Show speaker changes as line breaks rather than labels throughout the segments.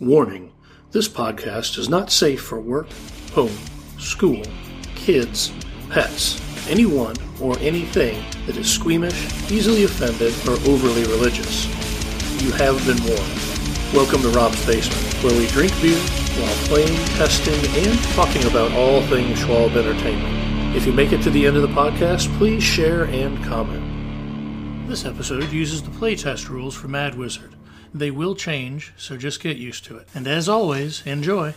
Warning this podcast is not safe for work, home, school, kids, pets, anyone, or anything that is squeamish, easily offended, or overly religious. You have been warned. Welcome to Rob's Basement, where we drink beer while playing, testing, and talking about all things Schwab Entertainment. If you make it to the end of the podcast, please share and comment. This episode uses the playtest rules for Mad Wizard. They will change, so just get used to it. And as always, enjoy.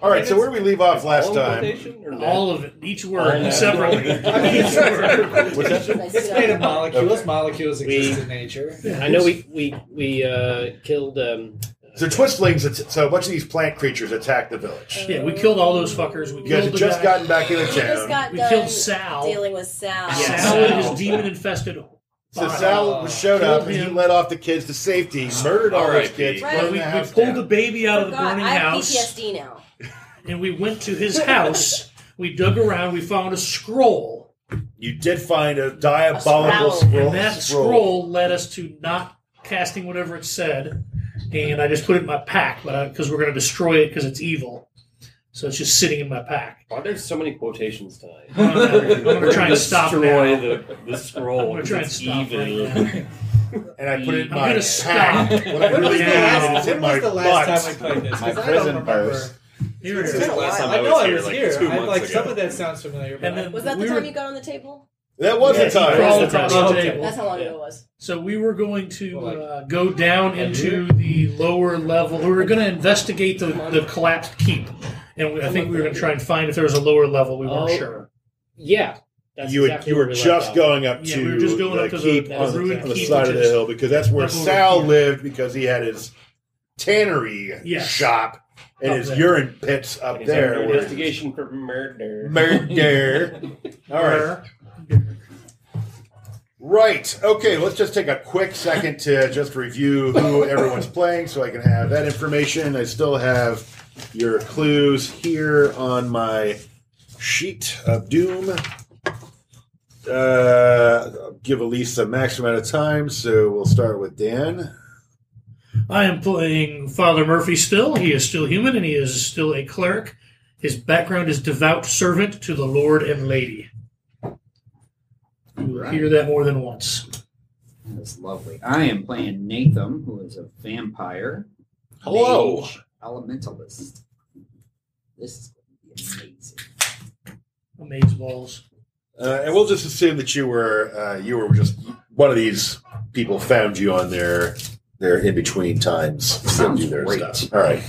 All right, so where did we leave off last time?
Qualification or
All of it, each word,
All of it.
separately.
I mean,
Each word.
What's that?
It's made of molecules.
Okay.
Molecules exist in nature.
I know we we we uh, killed. Um,
So twistlings. It's, so a bunch of these plant creatures attack the village.
yeah, we killed all those fuckers. We
You guys
killed
had
the
just
guy.
gotten back into
We just
town.
got
We
done
killed Sal.
dealing with Sal.
Sal,
Sal.
and his demon-infested.
So Sal showed up and he
Oh. Killed him.
led off the kids to safety, murdered all those
R.I.P.
kids,
Right.
Well,
burned
we,
the
we
house
pulled
down.
the baby out of the
God,
burning
I have
house,
PTSD now.
and we went to his house. we dug around. We found a scroll,
You did find a diabolical
A
scroll.
and that scroll. led us to not casting whatever it said. And I just put it in my pack, but because we're going to destroy it because it's evil, so it's just sitting in my pack.
Why there's so many quotations tonight?
I'm going to try and stop
Destroy
now.
the, the
I'm
scroll.
going to try and
It's
stop
evil.
right now.
And I put it in
I'm
my
gonna stop.
pack. What I
When
really
was the
did
last-
is it's in
when was
my
the last
butt.
time I played this? 'Cause
My
I don't
prison
remember.
verse.
Here it
It's
is.
been a
Last
while.
time I
I know
was
I
here,
was
like,
here.
two
I- Like
months
some
ago.
of that sounds familiar.
And
But
then-
Was that the
We were-
time you got on the table?
That was
Yeah,
the
he
Crawled
time.
across
Oh,
the
okay.
table.
That's how long ago it was.
So we were going to
Well, like-
uh, go down into the lower level. We were going to investigate the, the collapsed keep, and we, I think we were going to try and find if there was a lower level. We weren't
Oh.
sure.
yeah, that's
You,
exactly
were, you
where
were
we
just
left off.
going up
Yeah,
to
we were just going
the
up to the-
keep
the
on,
ruined
on the
keep,
side
which
of the
is-
hill because that's where
Up over
Sal
here.
lived because he had his tannery
Yes.
shop and
Up
his
there.
urine pits up
And he's
there.
under
where-
investigation for murder.
Murder. All right. Right. Okay, let's just take a quick second to just review who everyone's playing so I can have that information. I still have your clues here on my sheet of doom. Uh, I'll give Elise the max amount of time, so we'll start with Dan.
I am playing Father Murphy still. He is still human, and he is still a cleric. His background is devout servant to the Lord and Lady. You will hear that more than once.
That's lovely. I am playing Nathan, who is a vampire.
Hello.
mage, elementalist. This is going to be amazing.
Amaze balls.
Uh, and we'll just assume that you were uh, you were just one of these people found you on their their in between times. to
Sounds
do their
great.
stuff. All right.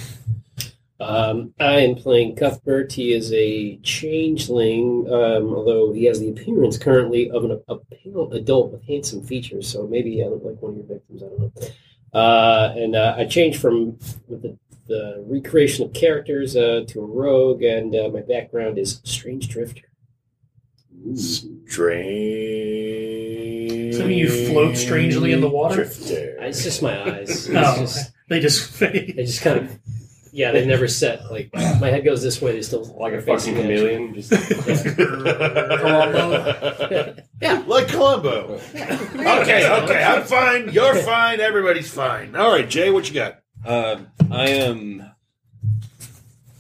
Um, I am playing Cuthbert. He is a changeling, um, although he has the appearance currently of an a pale adult with handsome features. So maybe I look like one of your victims. I don't know. Uh, and uh, I changed from with the, the recreation of characters uh, to a rogue, and uh, my background is strange drifter.
Strange.
So you float strangely in the water?
Drifter.
It's just my eyes. It's
Oh,
just-
they just fade.
They just kind of, yeah, they never set. Like my head goes this way, they still
Like a
facing
fucking
the edge.
chameleon. Just
Columbo.
Yeah.
Like Columbo. Okay, okay. I'm fine. You're fine. Everybody's fine. All right, Jay, what you got?
um,
Uh, I am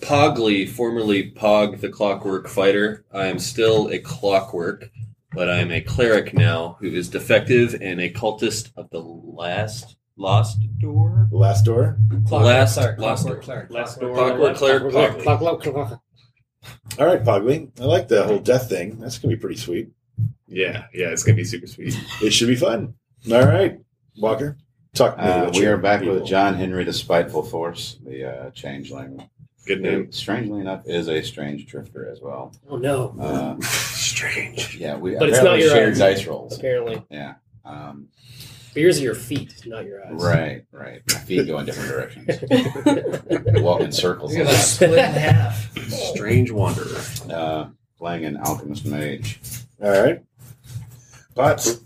Pogly, formerly Pog the Clockwork Fighter. I am still a clockwork, but I am a cleric now who is defective and a cultist of the last lost door.
Last door.
Clockwork
last-
cleric,
last
clockwork
door.
cleric,
Last door.
clockwork.
Clockwork cleric Pogly.
clock, clock, clock.
All right, Pogly. I like the whole death thing. That's going to be pretty sweet.
yeah, yeah, it's gonna be super sweet.
It should be fun. All right, Walker. Talk to me
Uh,
about
we
your
are back
people.
with John Henry, the Spiteful Force, the uh, Changeling.
Good
who, Strangely enough, is a strange drifter as well.
Oh no!
Uh,
Strange.
yeah, we
But it's not
apparently
your
shared
eyes.
dice rolls.
Apparently,
Yeah. Um,
yours are your feet, not your eyes.
right, right. My feet go in different directions. I walk in circles.
You're
a
gonna
lot.
split in half.
Strange wanderer.
Uh, playing an alchemist mage.
All right. Pots.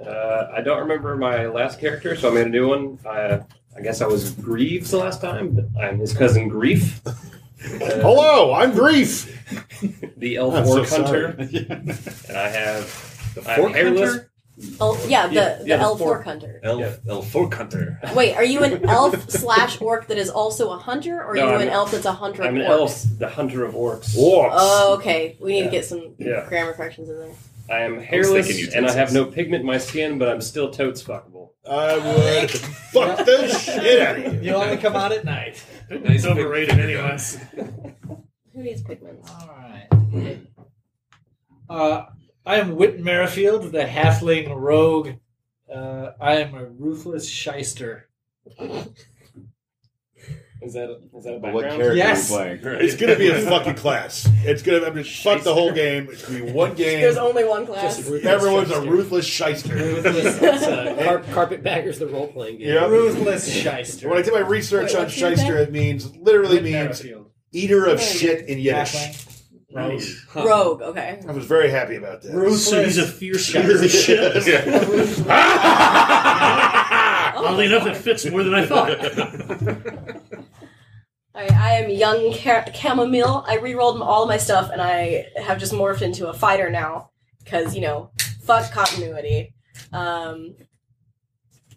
Uh, I don't remember my last character, so I made a new one. I, I guess I was Greaves the last time. But I'm his cousin Grief. Uh,
Hello, I'm Grief.
the elf
I'm so
orc hunter,
sorry.
and I have
The
I'm hairless,
El- Oh, yeah, the,
Yeah,
the
yeah, the
elf
fork.
orc hunter.
Elf,
Yeah.
elf fork hunter.
Wait, are you an elf slash orc that is also a hunter, or are
No,
you
I'm
an
a-
elf that's a hunter
I'm
of
an
orcs?
elf, the hunter of orcs.
Orcs.
Oh, okay. We need to
Yeah.
get some
Yeah.
grammar corrections in there.
I am
thinking
hairless and I
utensils.
have no pigment in my skin, but I'm still totes fuckable.
I would fuck the shit out of you.
You only come out at night.
Nice
it's overrated
big-
anyway.
Who needs pigments?
All right. Uh, I am Whit Merrifield, the halfling rogue. Uh, I am a ruthless shyster.
Is that is that a
But what
background?
character
Yes.
are you playing?
It's gonna be a fucking class. It's gonna I'm just fuck the whole game. It's gonna be one
There's
game.
only one class.
Everyone's a ruthless shyster.
Ruthless. It's, uh, car- carpetbaggers, the role playing game.
Yep.
Ruthless
And When I
shyster.
did my research
Wait,
on
what's your
shyster, it means literally means
Merrifield.
eater of shit in Yiddish.
Halfling.
Nice.
Rogue, okay.
I was very happy about that.
So he's a
Ruthless.
fierce shooter of shit.
Oh,
Oddly enough, it fits more than I thought.
I, I am young Ca- chamomile. I rerolled all my stuff and I have just morphed into a fighter now because you know, fuck continuity. Um,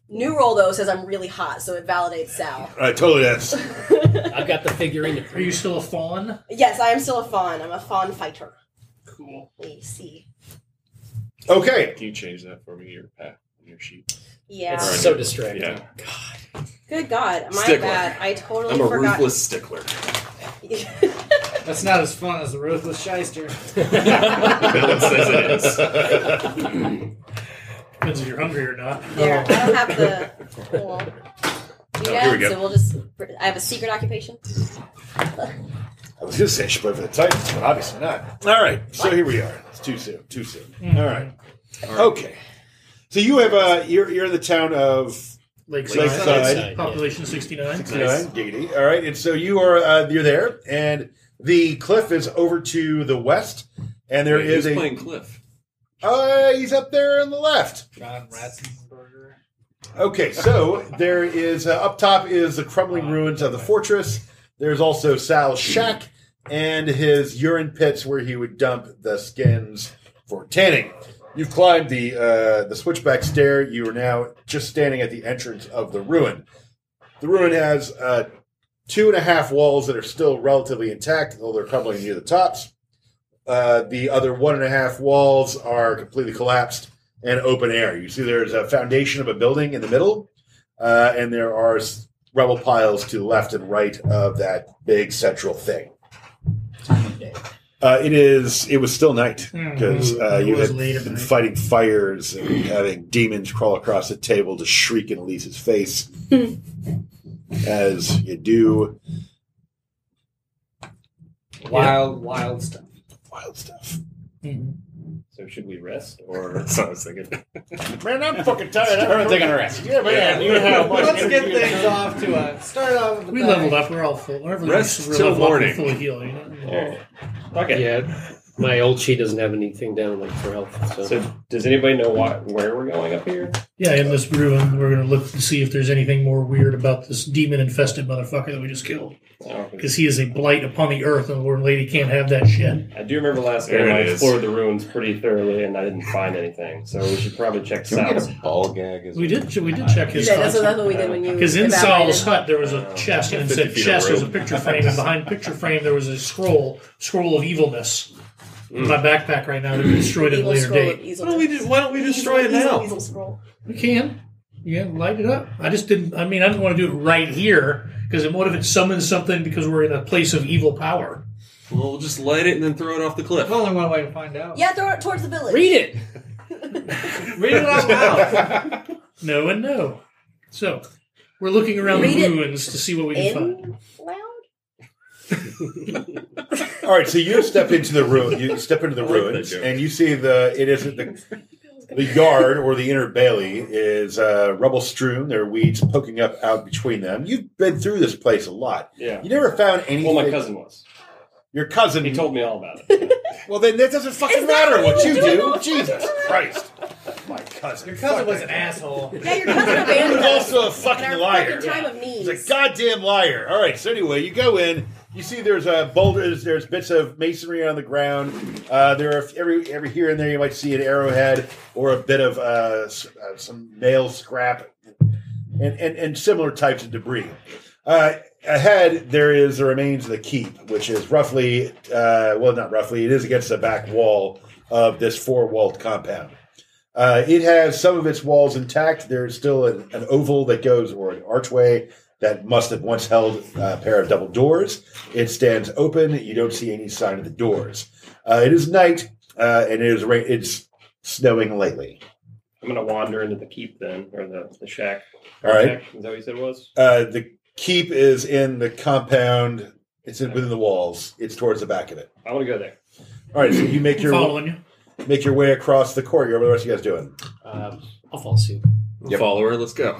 new roll though says I'm really hot, so it validates Sal.
All right, totally that's
I've got the figurine to
Are you still a fawn?
yes, I am still a fawn. I'm a fawn fighter.
Cool.
We see.
okay.
Can you change that for me? Your path, your sheet.
Yeah.
It's so distracting.
Yeah.
Good God, my
Stickler.
bad. I totally
I'm a
forgot.
ruthless stickler.
That's not as fun as the ruthless shyster.
Villain says it is.
Depends if you're hungry or not.
there, I don't have the. Cool. Do that,
Oh, here we go.
so we'll just. I have a secret occupation.
I was gonna say I should play for the Titans, but obviously not. All right, Hmm. so here we are. It's too soon. Too soon. All right. Okay. So you have uh, you're you're in the town of
Lakeside.
Lakeside.
Population 69.
Nice.
Nine, giggity. All right, and so you are uh, you're there, and the cliff is over to the west, and there
Who's
is a
playing Cliff.
uh, he's up there on the left.
John Ratzenberger.
Okay, so there is uh, up top is the crumbling ruins of the fortress. There's also Sal's shack and his urine pits where he would dump the skins for tanning. You've climbed the uh, the switchback stair. You are now just standing at the entrance of the ruin. The ruin has uh, two and a half walls that are still relatively intact, though they're crumbling near the tops. Uh, the other one and a half walls are completely collapsed and open air. You see, there's a foundation of a building in the middle, uh, and there are s- rubble piles to the left and right of that big central thing.
Time of day. Hmm.
Uh, it is. It was still night because uh,
It
you
was
had
late at
been
night.
fighting fires and having demons crawl across the table to shriek in Elise's face, as you do
Wild, wild stuff.
wild stuff.
So should we rest or
That's what I was thinking.
Man, I'm fucking tired. I'm
Everyone's taking a rest.
Yeah, man. You know how much
Let's get
energy-
things off to a start off. With the
We
bang.
leveled up. We're all full. Whenever
Rest
we
till
level up, we're
morning. Oh.
fully healed. You know?
Okay.
Yeah. My old she doesn't have anything down like for health. So,
So does anybody know why, where we're going up here?
Yeah, in this ruin, we're going to look to see if there's anything more weird about this demon infested motherfucker that we just killed.
Oh,
Because he is a blight upon the earth, and the Lord and Lady can't have that shit.
I do remember last
There
game
it
I
is.
explored the ruins pretty thoroughly and I didn't find anything. So we should probably check
Can we
Sal's.
get a ball gag? As
We did we did check his
Yeah, that's what, that's
thoughts.
what we did when you.
Because in
evaporated.
Sal's hut, there was a chest, and it said
50 Oh. feet of
chest was a
rope.
picture frame, and behind picture frame, there was a scroll, scroll of evilness. In
Mm.
my backpack right now to be destroyed at a
Evil
later
scroll
date.
of easel.
Why don't we, just, why don't we destroy it
Easel,
now?
easel scroll.
We can. Yeah, light it up. I just didn't. I mean, I didn't want to do it right here because what if it summons something because we're in a place of evil power?
Well, we'll just light it and then throw it off the cliff.
There's only one way to find
Oh.
out.
Yeah, throw it towards the village.
read it.
Read it out loud.
No and no. So we're looking around
Read
the
it
ruins to see what we can find.
In loud.
All right, so you step into the ruin. You step into the
I like that
ruins,
joke.
and you see the it isn't the the yard or the inner bailey is uh, rubble strewn. There are weeds poking up out between them. You've been through this place a lot.
Yeah.
You never found any.
Well, my cousin was.
Your cousin.
Mm-hmm.
He told me all about it.
Well, then that doesn't fucking
Is that
matter
what
what
you
you
do?
do. Jesus Christ, my cousin.
Your cousin
Fuck
was
that
an
guy.
asshole.
Yeah, your cousin
He
abandoned
was
us
also a
in our
fucking liar.
fucking time of need.
He's a goddamn liar. All right. So anyway, you go in. You see, there's uh, boulders, there's bits of masonry on the ground. Uh, there are every every here and there you might see an arrowhead or a bit of uh, s- uh, some nail scrap and, and, and similar types of debris. Uh, ahead, there is the remains of the keep, which is roughly, uh, well, not roughly, it is against the back wall of this four walled compound. Uh, it has some of its walls intact. There's still an, an oval that goes or an archway that must have once held a pair of double doors. It stands open. You don't see any sign of the doors. Uh, it is night, uh, and it is ra- it's snowing lately.
I'm gonna wander into the keep then, or the, the shack.
All right.
Shack, Is that what you said it was?
Uh, the keep is in the compound. It's in, within the walls. It's towards the back of it.
I want to go there.
All right, so you make your
following you.
make your way across the courtyard. What are the rest of you guys doing?
Um, I'll fall suit.
Yep.
Follower, let's go.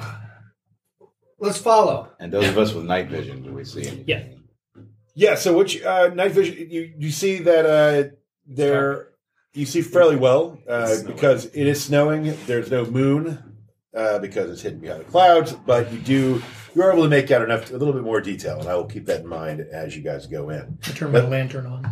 Let's follow.
And those of us with night vision, do we see anything?
Yeah.
Yeah. So which uh, night vision? You you see that uh, there? You see fairly well uh,
It's snowing.
because it is snowing. There's no moon uh, because it's hidden behind the clouds. But you do you are able to make out enough a little bit more detail, and I will keep that in mind as you guys go in.
I turn my lantern on.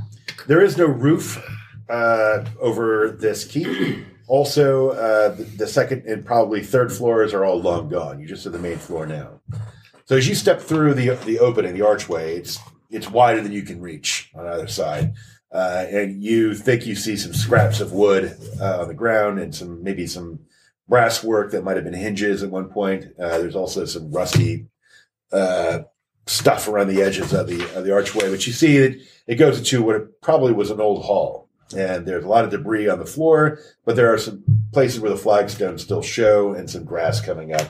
There is no roof uh, over this keep. Also, uh, the, the second and probably third floors are all long gone. You just have the main floor now. So as you step through the the opening, the archway, it's it's wider than you can reach on either side, uh, and you think you see some scraps of wood uh, on the ground and some maybe some brass work that might have been hinges at one point. Uh, there's also some rusty uh, stuff around the edges of the of the archway, but you see that it goes into what probably was an old hall. And there's a lot of debris on the floor, but there are some places where the flagstones still show and some grass coming up,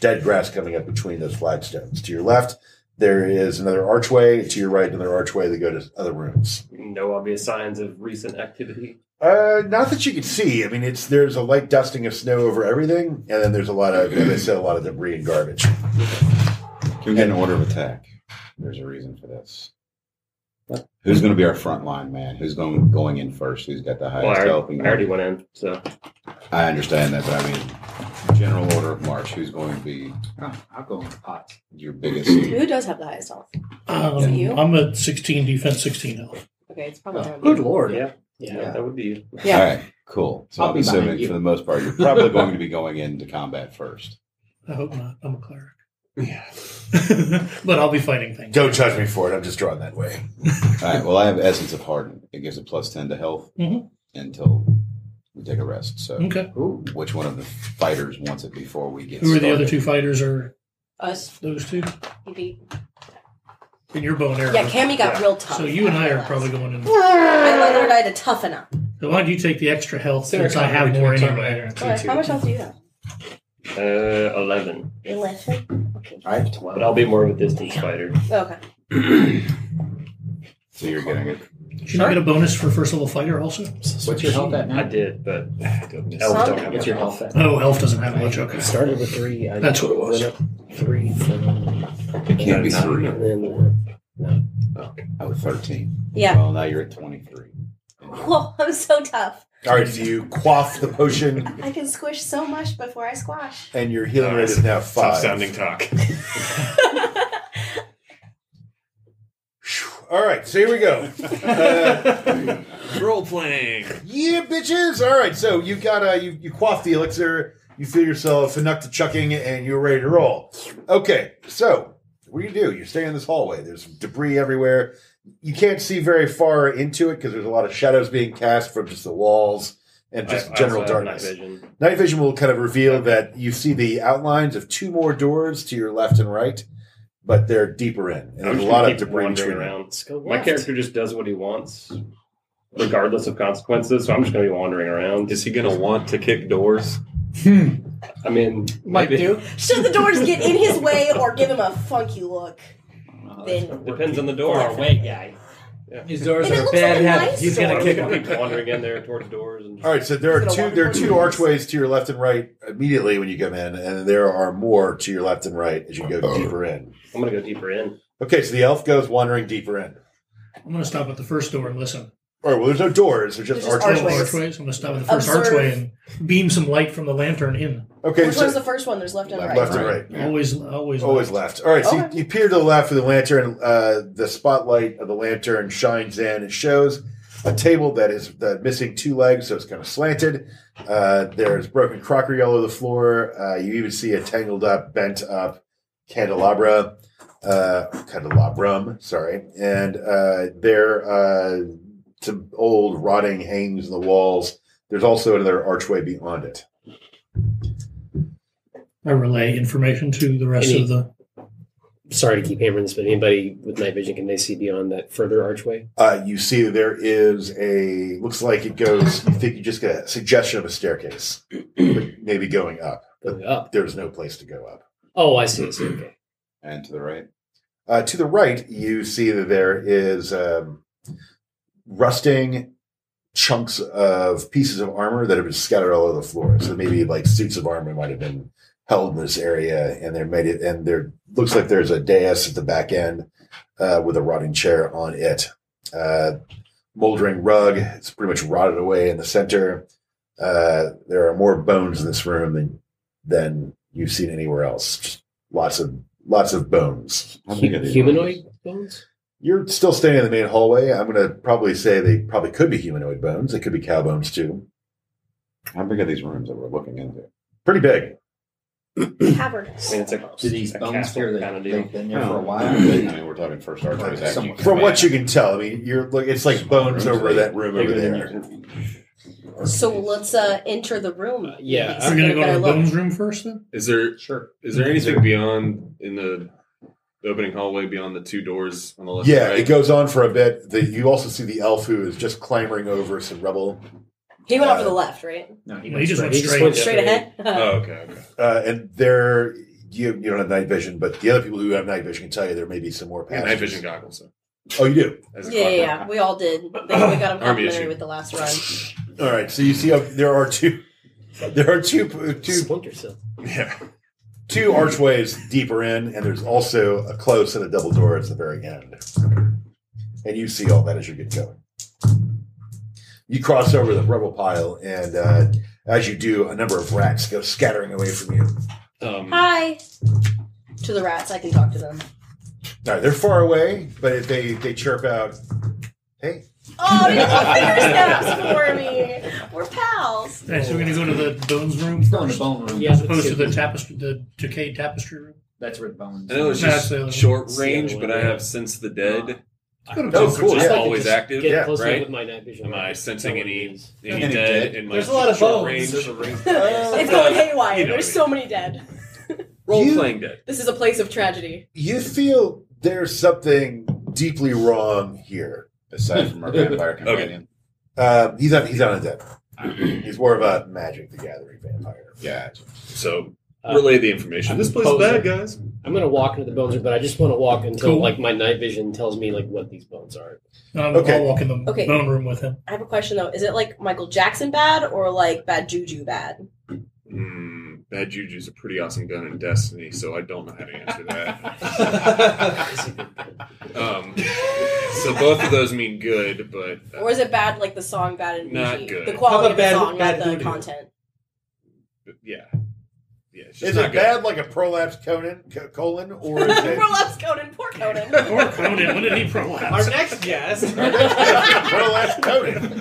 dead grass coming up between those flagstones. To your left, there is another archway. To your right, another archway that go to other rooms.
No obvious signs of recent activity.
Uh, not that you can see. I mean, it's there's a light dusting of snow over everything, and then there's a lot of, as I said, a lot of debris and garbage.
Can we get an order of attack? There's a reason for this. Who's going to be our front line man? Who's going going in first? Who's got the
Well, I
highest help?
already,
And
I already went in, so
I understand that, but I mean, general order of march. Who's going to be
Oh, I'll go in the pot.
your biggest?
Who does have the highest health?
Um,
you?
I'm a 16 defense, 16 health.
Okay, it's
Oh.
probably down
Good
there.
lord.
yeah,
Yeah.
that would be you.
Yeah.
All right, cool. So
I'll
I'm
be behind
assuming
you.
for the most part, you're probably going to be going into combat first.
I hope not. I'm a cleric. Yeah. but I'll be fighting things.
Don't judge me for it. I'm just drawn that way.
All right. Well, I have essence of harden. It gives a plus ten to health
Mhm.
until we take a rest. So,
Okay.
which one of the fighters wants it before we get?
Who are the other
started?
two fighters or
Us.
those two?
you beat-
And your bow and arrow.
Yeah, Cammy got
Yeah.
real tough.
so you and I are probably going in. So
I learned I had to toughen up.
why don't you take the extra health since I have more anyway?
Alright, how much health do you have?
Uh, eleven.
Eleven. Okay.
I have twelve.
But I'll be more of a distance fighter.
Oh, Okay.
So you're getting it.
Should you get a bonus for first level fighter also?
What's your health at now?
I did, but elves
Some-
don't have
What's
much
your
health.
health at?
Oh, health doesn't have much. Okay.
It started with three. I
That's what it was.
went up Three. From,
It can't be three.
and then uh,
Oh, 13.
Yeah.
Well, now you're at 23.
Whoa, I'm so tough.
All right, so you quaff the potion,
I can squish so much before I squash.
and your healing rate is now five.
Tough
sounding
talk.
All right, so here we go. Uh,
Role playing.
yeah, bitches. All right, so you got uh, you you quaff the elixir, you feel yourself enough to chucking, and you're ready to roll. Okay, so what do you do? You stay in this hallway. There's debris everywhere. You can't see very far into it because there's a lot of shadows being cast from just the walls and just
I- I
general
also have night
darkness.
vision.
Night vision will kind of reveal that you see the outlines of two more doors to your left and right, but they're deeper in, and
I'm
there's a
just
lot
gonna
of
keep
debris
wandering
between them.
around.
let's go
My
left.
character just does what he wants, regardless of consequences. So I'm just gonna be wandering around.
Is he gonna want to kick doors?
I mean,
Might
maybe-
do.
Should the doors get in his way or give him a funky look?
Oh,
Then
Depends on the
Far
door.
away guy.
Yeah.
His doors
And it
are
looks
bad
like a
habits.
nice
He's
door.
gonna kick
I'm
him.
gonna keep wandering in there towards doors and
All right, so there are
Is it a
two
walk
there are
or
two
no?
archways to your left and right immediately when you come in, and there are more to your left and right as you go deeper in.
I'm gonna go deeper in.
Okay, so the elf goes wandering deeper in.
I'm going to stop at the first door and listen.
All right. Well, there's no doors. There's just,
There's just
archways.
archways.
Archways. I'm going to stop at the first
Observe.
archway and beam some light from the lantern in.
Okay.
Which
so
one's the first one? There's left and right.
left and right.
Always, always,
Always left. All right, so
Okay.
you, you peer to the left of the lantern. Uh, the spotlight of the lantern shines in. It shows a table that is uh, missing two legs, so it's kind of slanted. Uh, there's broken crockery all over the floor. Uh, you even see a tangled up, bent up candelabra, uh, candelabrum. Sorry, and uh, there uh, some old rotting hangings in the walls. There's also another archway beyond it.
I relay information to the rest
Any-
of the.
Sorry to keep hammering this, but anybody with night vision can they see beyond that further archway?
Uh, you see, there is a looks like it goes. You think you just get a suggestion of a staircase, but maybe going up.
Going up.
There's no place to go up.
Oh, I see. I see. Okay.
And to the right.
Uh, to the right, you see that there is um, rusting chunks of pieces of armor that have been scattered all over the floor. So maybe like suits of armor might have been held in this area, and there made it. And there looks like there's a dais at the back end uh, with a rotting chair on it. Uh, moldering rug. It's pretty much rotted away in the center. Uh, there are more bones in this room than than you've seen anywhere else. Just lots of lots of bones.
How big are
Hu-
these
humanoid bones?
You're still standing in the main hallway. I'm going to probably say they probably could be humanoid bones. They could be cow bones too.
rooms? How big are these rooms that we're looking into?
Pretty big.
Cavern.
I mean, it's a,
Do these
a
bones
castle
here that
kind of
they've
deal.
been there for a
I
while?
mean, we're talking first archways. after you
Someone-
come
From
in.
Oh. what you can tell, I mean, you're look. It's like bones over that room over
Bigger than you
there.
can
So let's uh, enter the room.
Uh, yeah.
Maybe
We're going to
get a
go to
better
the
look.
bones room first, then.
Is there
Sure.
is there anything beyond in the opening hallway beyond the two doors on the left?
Yeah,
and right?
it goes on for a bit. The, you also see the elf who is just clambering over some rubble,
He went off
Uh,
to the left, right?
No, he
Well, he
went
just
straight.
went
He just
straight.
went
Straight ahead.
Oh, okay, okay.
uh, and there you, you don't have night vision, but the other people who have night vision can tell you there may be some more
And
passages.
night vision goggles. So
Oh, you do.
as a
yeah, yeah,
clockwork.
yeah. We all did. They- We got him
Army
complimentary
issue.
with the last run.
All right. So you see, uh, there are two. There are two two
Splinter cell.
Yeah. Two archways deeper in, and there's also a close and a double door at the very end. And you see all that as you get going. You cross over the rubble pile, and uh, as you do, a number of rats go scattering away from you. All
Um,
Hi. To the rats, I can talk to them.
right, they're far away, but they they chirp out, "Hey,
Oh, you got finger snaps for me. We're pals.
All right, so we're going to go to the bones room
He's going to
first,
bone room.
Yeah.
as opposed to the tapestry, the decayed tapestry room.
That's where the bones.
I know it's
No,
just
that's the-
short
that's the
range,
other
but
one,
I
yeah.
have Sense the Dead.
Go to
Oh,
bones
cool,
room.
Just
yeah.
like to
Always
just
active,
Get
yeah,
close enough
right?
with my night vision.
Am I sensing any any
Any
dead
dead?
in my
There's a lot of
short
bones.
range?
It's
Uh,
going haywire.
you know
There's
me.
so many dead.
Role
You-
playing dead.
This is a place of tragedy.
you feel there's something deeply wrong here."
Aside from our vampire companion.
Um, he's not he's not undead. He's more of a Magic the Gathering vampire.
Yeah.
So
Uh,
relay the information.
I'm
this place is
posing.
bad, guys.
I'm going to walk into the bones room, but I just want to walk until
Cool.
like my night vision tells me like what these bones are.
Um,
Okay.
I'll walk in the
Okay.
bone room with him.
I have a question though. Is it like Michael Jackson bad or like bad juju bad?
Mm, bad juju's a pretty awesome gun in Destiny, so I don't know how to answer that. um, so both of those mean good, but uh,
Or is it bad like the song bad and
Not
bougie?
good.
The
How
quality
about
of the
bad-
song,
bad
not the
voodoo?
content.
yeah, yeah, it's just
Is
not
it
good.
bad like a prolapse colon, co- colon or is it
Prolapse Conan, poor Conan.
Or Conan, when did he
Our
prolapse?
next guest.
prolapse colon?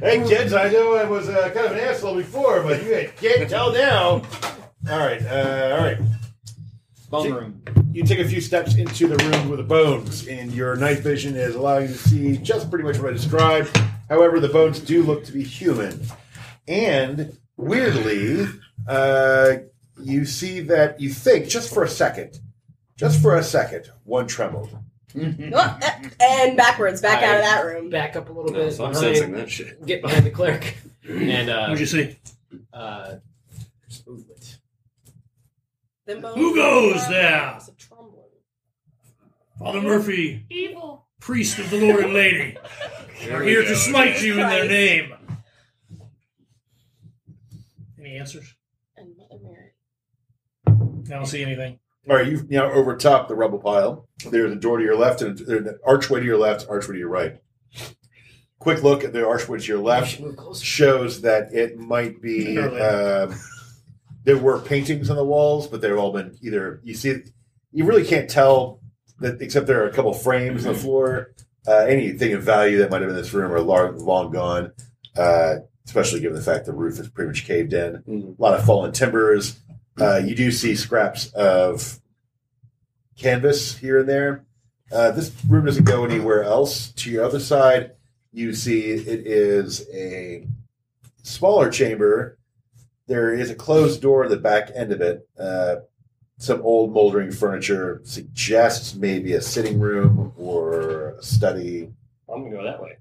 Hey kids, I know I was uh, kind of an asshole before, but you can't tell now. All right, uh, all right.
Bone room.
You take a few steps into the room with the bones, and your night vision is allowing you to see just pretty much what I described. However, the bones do look to be human, and weirdly, uh, you see that you think just for a second, just for a second, one trembled.
Oh, eh, and backwards, back out of that room.
Back up a little
No,
bit.
so I'm
behind-
sensing that shit.
Get behind the cleric. And uh,
What'd you see?
uh, just movement.
Them bones
Who goes there?
It's a Trumbull.
Father Murphy,
Evil.
priest of the Lord and Lady.
There
We're
we
here
go.
to smite you in their
Christ.
name. Any answers?
And Mother Mary.
I don't see anything.
All right, you've now overtopped the rubble pile. There's a door to your left and there's an archway to your left, archway to your right. quick look at the archway to your left shows that it might be um, there were paintings on the walls, but they've all been either you see you really can't tell that except there are a couple frames on the floor. Uh, anything of value that might have been in this room are long, long gone, uh, especially given the fact the roof is pretty much caved in. A lot of fallen timbers. Uh, you do see scraps of canvas here and there. Uh, this room doesn't go anywhere else. To your other side, you see it is a smaller chamber. There is a closed door at the back end of it. Uh, some old moldering furniture suggests maybe a sitting room or a study.
I'm gonna go that way.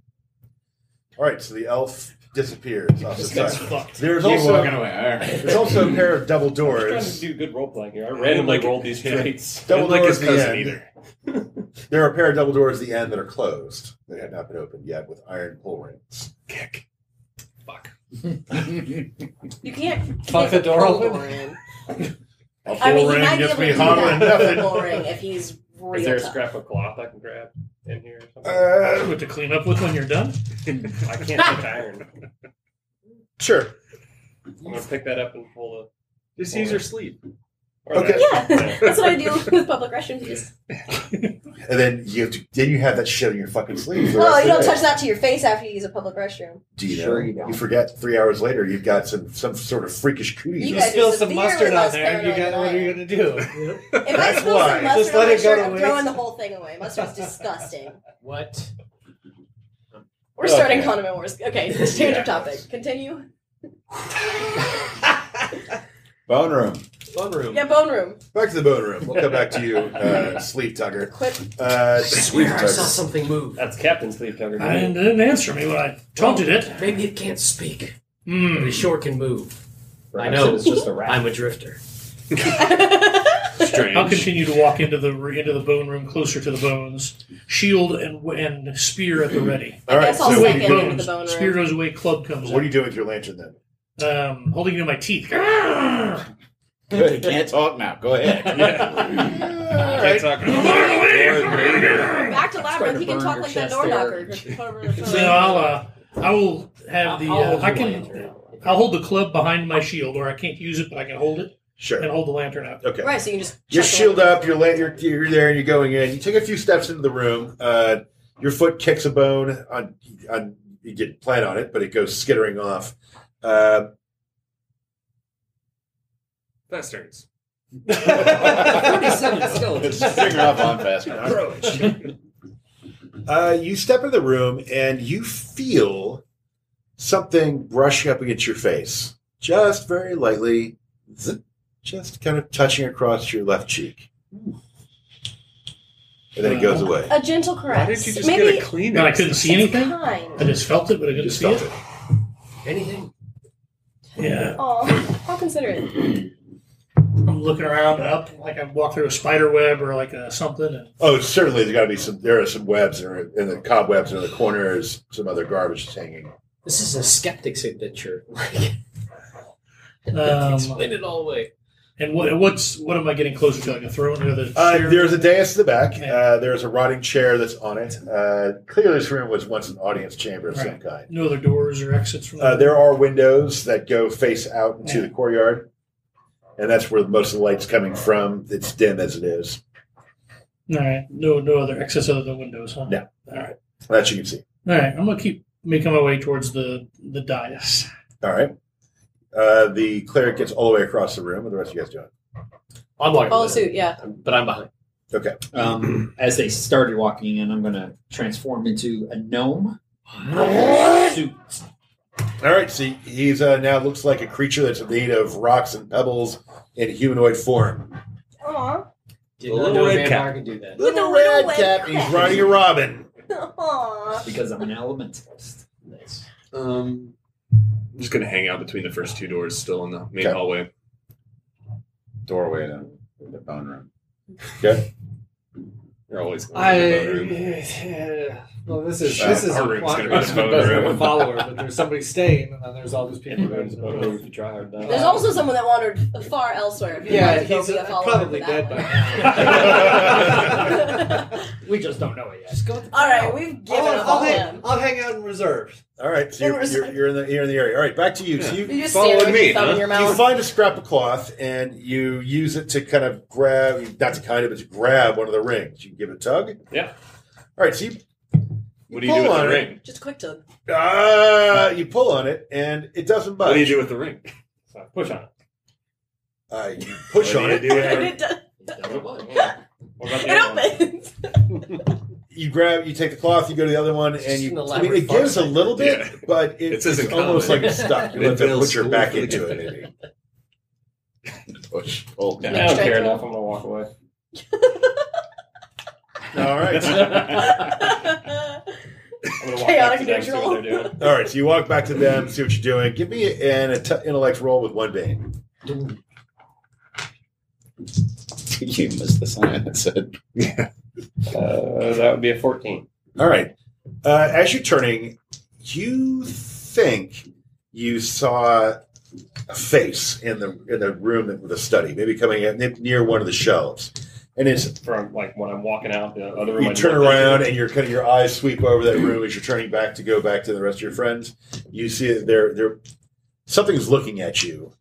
All right, so the elf disappears. Off the
This guy's
side.
fucked.
There's
Keep
also
walking away, all right.
there's also a pair of double
I'm just
doors.
trying to do good role playing here. I randomly
like-
rolled these
yeah.
traits.
Double
Didn't like
doors
his
at the
cousin
end.
either.
There are a pair of double doors at the end that are closed that have not been opened yet with iron pull rings. Kick.
You can't
Fuck the
kick
door
a
open.
door in.
A pull
I mean, he
ring
might be
gets
able
me
to do
hung
that
and
with a
nothing.
pull ring if he's
Is there
real
a
tough.
scrap of cloth I can grab in here? Or something?
Uh,
What to clean up with when you're done?
I can't pick iron.
sure.
I'm gonna pick that up and pull the.
Just use your sleep.
or
Okay.
Yeah, that's what I do with public restrooms. You just-
And then you have to, then you have that shit on your fucking sleeve. for the
Oh,
rest
you
of
don't
the
touch
day.
that to your face after you use a public restroom.
Do you
Sure
know?
you don't.
You forget three hours later you've got some some sort of freakish cootie.
You
You
guys are
spill some
severely
mustard on
less
there, and you
paranoid
got what are you gonna do?
If I
That's
spill
why.
some
Just
mustard on
let it go
my shirt,
to
I'm
waste.
throwing the whole thing away. Mustard's disgusting.
What?
We're starting
Okay.
condiment wars. Okay, change
Yeah.
of topic. Continue.
Bone room.
Fun room.
Yeah, bone room.
Back to the bone room. We'll come back to you, uh, Sleep Tugger.
Quick.
Uh,
Swear, I
Tugger.
saw something move.
That's Captain Sleep Tugger.
I didn't, it didn't answer me when I taunted it.
Maybe it can't speak, but
Mm.
it sure can move. I
Perhaps
know.
it was just a rat.
I'm a drifter.
Strange.
I'll continue to walk into the into the bone room closer to the bones. Shield and and spear at the ready.
All right.
guess I'll
So what, are
sneak in
you doing,
into the bone room.
Spear goes away. Club comes.
what are
What
you doing with your lantern then?
um, holding it in my teeth.
Ah!
Arrgh!
Good. You can't talk now. Go ahead.
All right.
Back to labyrinth. He can
burn
talk
your
like that
chest
door
there.
knocker. Cover the
So I'll uh, I will have the
I'll
uh,
hold
I
your
can
lantern.
I'll hold the club behind my shield, or I can't use it, but I can hold it and
Sure.
hold the lantern up.
Okay.
Right, so you can just.
Your
chuck it
shield
away.
up. Your lan- you're, you're there, and you're going in. You take a few steps into the room. Uh, your foot kicks a bone. On, on you didn't plan on it, but it goes skittering off. Uh,
Fast turns.
Forty-seven skeletons.
Figure out on faster.
Uh, you step into the room and you feel something brushing up against your face, just very lightly, zip, just kind of touching across your left cheek, and then it goes away.
A gentle
Why
caress.
didn't you just
Maybe
get a clean?
And I couldn't see anything. I
kind.
just felt it, but I
You
couldn't
just
see
felt
it.
it.
Anything?
Yeah,
Aw, how considerate.
I'm looking around and up like I walked through a spider web or like a something. And
Oh, certainly there's got to be some. There are some webs, or and the cobwebs in the corners, some other garbage that's hanging.
This is a skeptic's adventure. Like,
um,
Um,
explain it all away.
and what, what's what am I getting closer to? Like a throne or the
Uh,
chair?
there's a dais to the back. Uh, there's a rotting chair that's on it. Uh, clearly, this room was once an audience chamber of some
Right.
kind.
no other doors or exits from
Uh,
the-
there are windows that go face out into the courtyard, and that's where most of the light's coming from. It's dim as it is.
All right, no no other exits other than windows, huh?
No.
All right,
That you can see.
all right. I'm gonna keep making my way towards the the dais.
All right. Uh, the cleric gets all the way across the room. What are the rest of you guys doing?
I'm walking.
Follow suit, yeah.
but I'm behind.
Okay.
Um, as they started walking in, I'm gonna transform into a gnome. Suit.
All right. See, he's uh, now looks like a creature that's made of rocks and pebbles in humanoid form.
Aw.
Did
A
not
little
know
red
vampire could do that.
With a little red
cap.
cap.
He's riding a robin.
Aw.
because I'm an elementalist.
Nice.
Um, I'm just gonna hang out between the first two doors, still in the main
Okay.
hallway.
Doorway to the bone room.
You're always going to the bone room.
I yeah. well, this is
Uh,
this is
our
a
room's
plot-
gonna be the bone room.
a follower, but there's somebody staying, and then there's all these people.
Everyone's
who-
about to try hard now.
There's also someone that wandered far elsewhere. If you'd
yeah,
like to go
he's
be a
uh,
follower
probably
for
dead
that
by
one.
now.
We just don't know it yet.
All right, we've given
I'll,
up
I'll
on
hang,
him.
I'll hang out in reserve.
All right, so you're, you're, you're in the you're in the area. All right, back to you. So you,
You just stand there with your thumb in your
You
mouth.
find a scrap of cloth and you use it to kind of grab, not to kind of, but to grab one of the rings. You give it a tug.
Yeah.
All right, so you,
What do you
pull
do with
on
the
it.
ring?
Just a quick tug.
Ah, you pull on it and it doesn't budge.
What do you do with the ring?
So I push on it.
Uh, you push
What
on
do
it.
you do with
And
it?
it, does-
What about the other one?
it opens.
You grab, you take the cloth, you go to the other one,
It's
and
just an
you. I
elaborate
mean, it gives a
farce.
little bit,
Yeah.
but it,
This
it's
isn't
almost like
common.
it's stuck. You have to
Midville
put your
School
back
for the
into it.
Gifted.
maybe.
Push. Oh,
I don't
Strike
care
one.
enough. I'm gonna walk away.
All right.
I'm gonna walk
Chaotic
up to them, see
neutral.
what they're doing.
All right, so you walk back to them, see what you're doing. Give me an inte- intellect roll with one bane.
you missed the sign that said.
Uh, that would be a 14.
All right. Uh, as you're turning, you think you saw a face in the in the room that, with the study, maybe coming in near one of the shelves, and it's
From like when I'm walking out the other room.
you
I
turn
walk into.
around and your kind of your eyes sweep over that room as you're turning back to go back to the rest of your friends. You see that they're they're something's looking at you.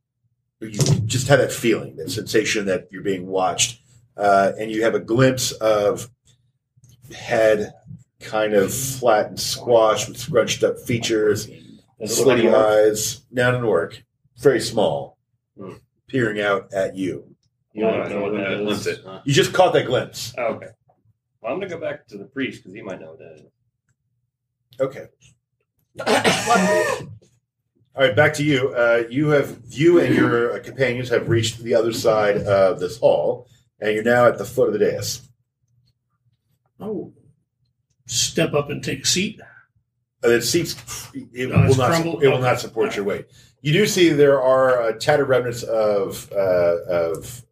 You just have that feeling, that sensation that you're being watched, uh, and you have a glimpse of head kind of flat and squashed with scrunched up features,
Does it look like
slitty
a mark?
eyes, not an orc, very small,
Hmm.
peering out at you.
You don't know what that is.
Glimpse it, huh?
You just caught that glimpse.
Oh, okay. Well, I'm gonna go back to the priest because he might know what that is.
Okay. All right, back to you. Uh, you have you and your uh, companions have reached the other side of this hall, and you're now at the foot of the dais.
Oh. Step up and take a seat.
Uh, the seats it
No, it's
will not
crumbled?
it will not
Okay.
support your weight. You do see there are uh, tattered remnants of uh, of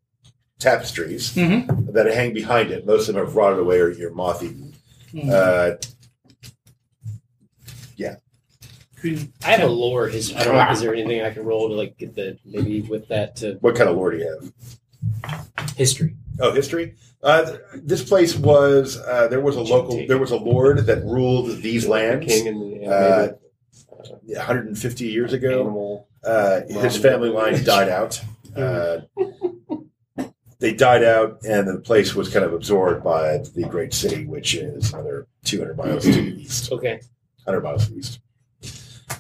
tapestries
Mm-hmm.
that hang behind it. Most of them have rotted away or you're moth eaten.
Mhm.
Uh,
I have a lore. Is I don't know. Is there anything I can roll to like get the maybe with that to
what kind of lore do you have?
history?
Oh, history. Uh, th- this place was uh, there was a local there was a lord that ruled these
The
lands
king and the
uh,
animated
150 years ago.
animal.
Uh, his family line died out. Uh, they died out, and the place was kind of absorbed by the great city, which is another 200 miles to the east,
Okay.
100 miles east.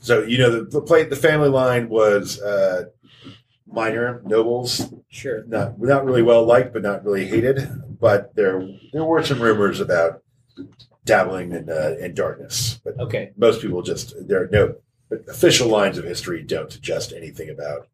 So you know the the, pla the family line was uh, minor nobles
Sure.
not not really well liked, but not really hated. But there there were some rumors about dabbling in uh, in darkness. But
Okay.
most people just there are no but official lines of history don't suggest anything about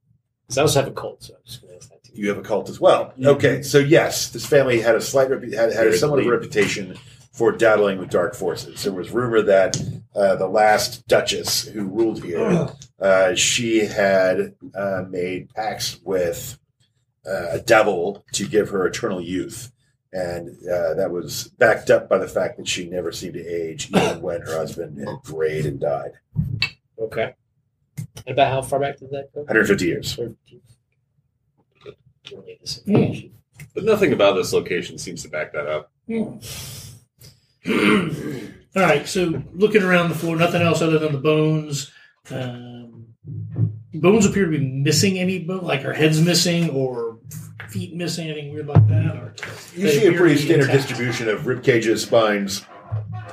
Because I also have a cult, so I'm just gonna ask that too.
you have a cult as well. Okay, so yes, this family had a slight repu- had, had a somewhat of a reputation for dabbling with dark forces. There was rumor that uh, the last Duchess who ruled here, uh, she had uh, made pacts with uh, a devil to give her eternal youth. And uh, that was backed up by the fact that she never seemed to age, even when her husband had grayed and died.
Okay. And about how far back did that go?
150 years.
Sort of deep. Don't need this information.
But nothing about this location seems to back that up.
All right, so looking around the floor, nothing else other than the bones. Um, bones appear to be missing any bone, like her head's missing or feet missing, anything weird like that. Or
You
They
see a
appear
pretty
to be
standard
intact.
distribution of rib cages, spines,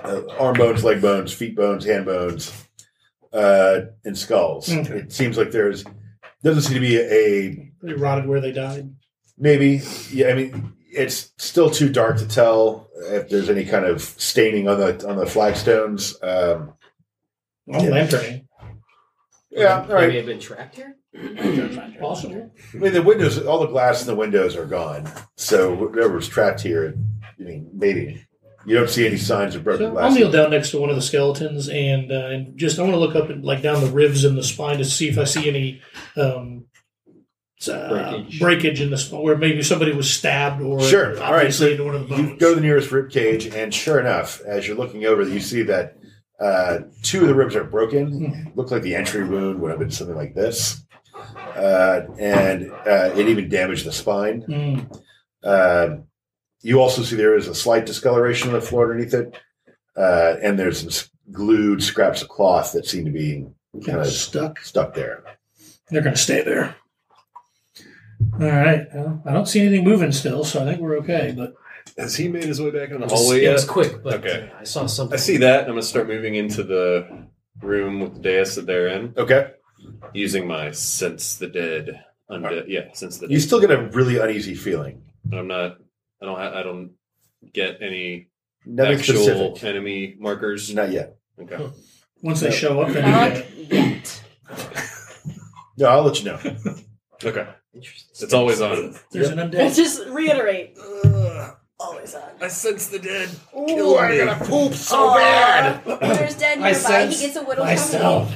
uh, arm bones, leg bones, feet bones, hand bones, uh, and skulls.
Okay.
It seems like there's doesn't seem to be a
they rotted where they died.
maybe. Yeah, I mean it's still too dark to tell if there's any kind of staining on the on the flagstones. Um,
Oh,
Yeah.
lantern.
yeah, all
Maybe
right.
I've been trapped here.
Possible.
I mean the windows, all the glass in the windows are gone, so whoever's trapped here, I mean maybe. You don't see any signs of broken
So I'll
glass.
kneel down next to one of the skeletons and, uh, and just I want to look up and like down the ribs and the spine to see if I see any um, s- uh,
Breakage.
breakage in the spine where maybe somebody was stabbed or
Sure. All right. So
obviously into one of the bones.
you go to the nearest rib cage, and sure enough, as you're looking over, you see that uh, two of the ribs are broken. Look like the entry wound would have been something like this,
Hmm.
uh, and uh, it even damaged the spine.
Mm.
Uh, You also see there is a slight discoloration on the floor underneath it, uh, and there's some s- glued scraps of cloth that seem to be kind of
Stuck.
stuck there.
They're going to stay there. All right. Well, I don't see anything moving still, so I think we're okay. But
Has he made his way back into the
It was-
hallway
it was
yet?
quick, but
Okay.
I saw something.
I see that, and I'm gonna start moving into the room with the dais that they're in,
Okay.
using my sense the dead, undead. Yeah, sense the
You
dead.
still get a really uneasy feeling.
I'm not. I don't. Ha- I don't get any
Nothing
actual
specific.
enemy markers.
Not yet.
Okay.
once they show up, then
Not
yeah.
yet.
No, I'll let you know.
Okay. It's always on.
there's an undead.
Let's just reiterate. Always on.
Uh, I sense the dead.
Ooh,
me.
poop so
Aw, There's dead
I
nearby. He
sense
gets a whittle
myself.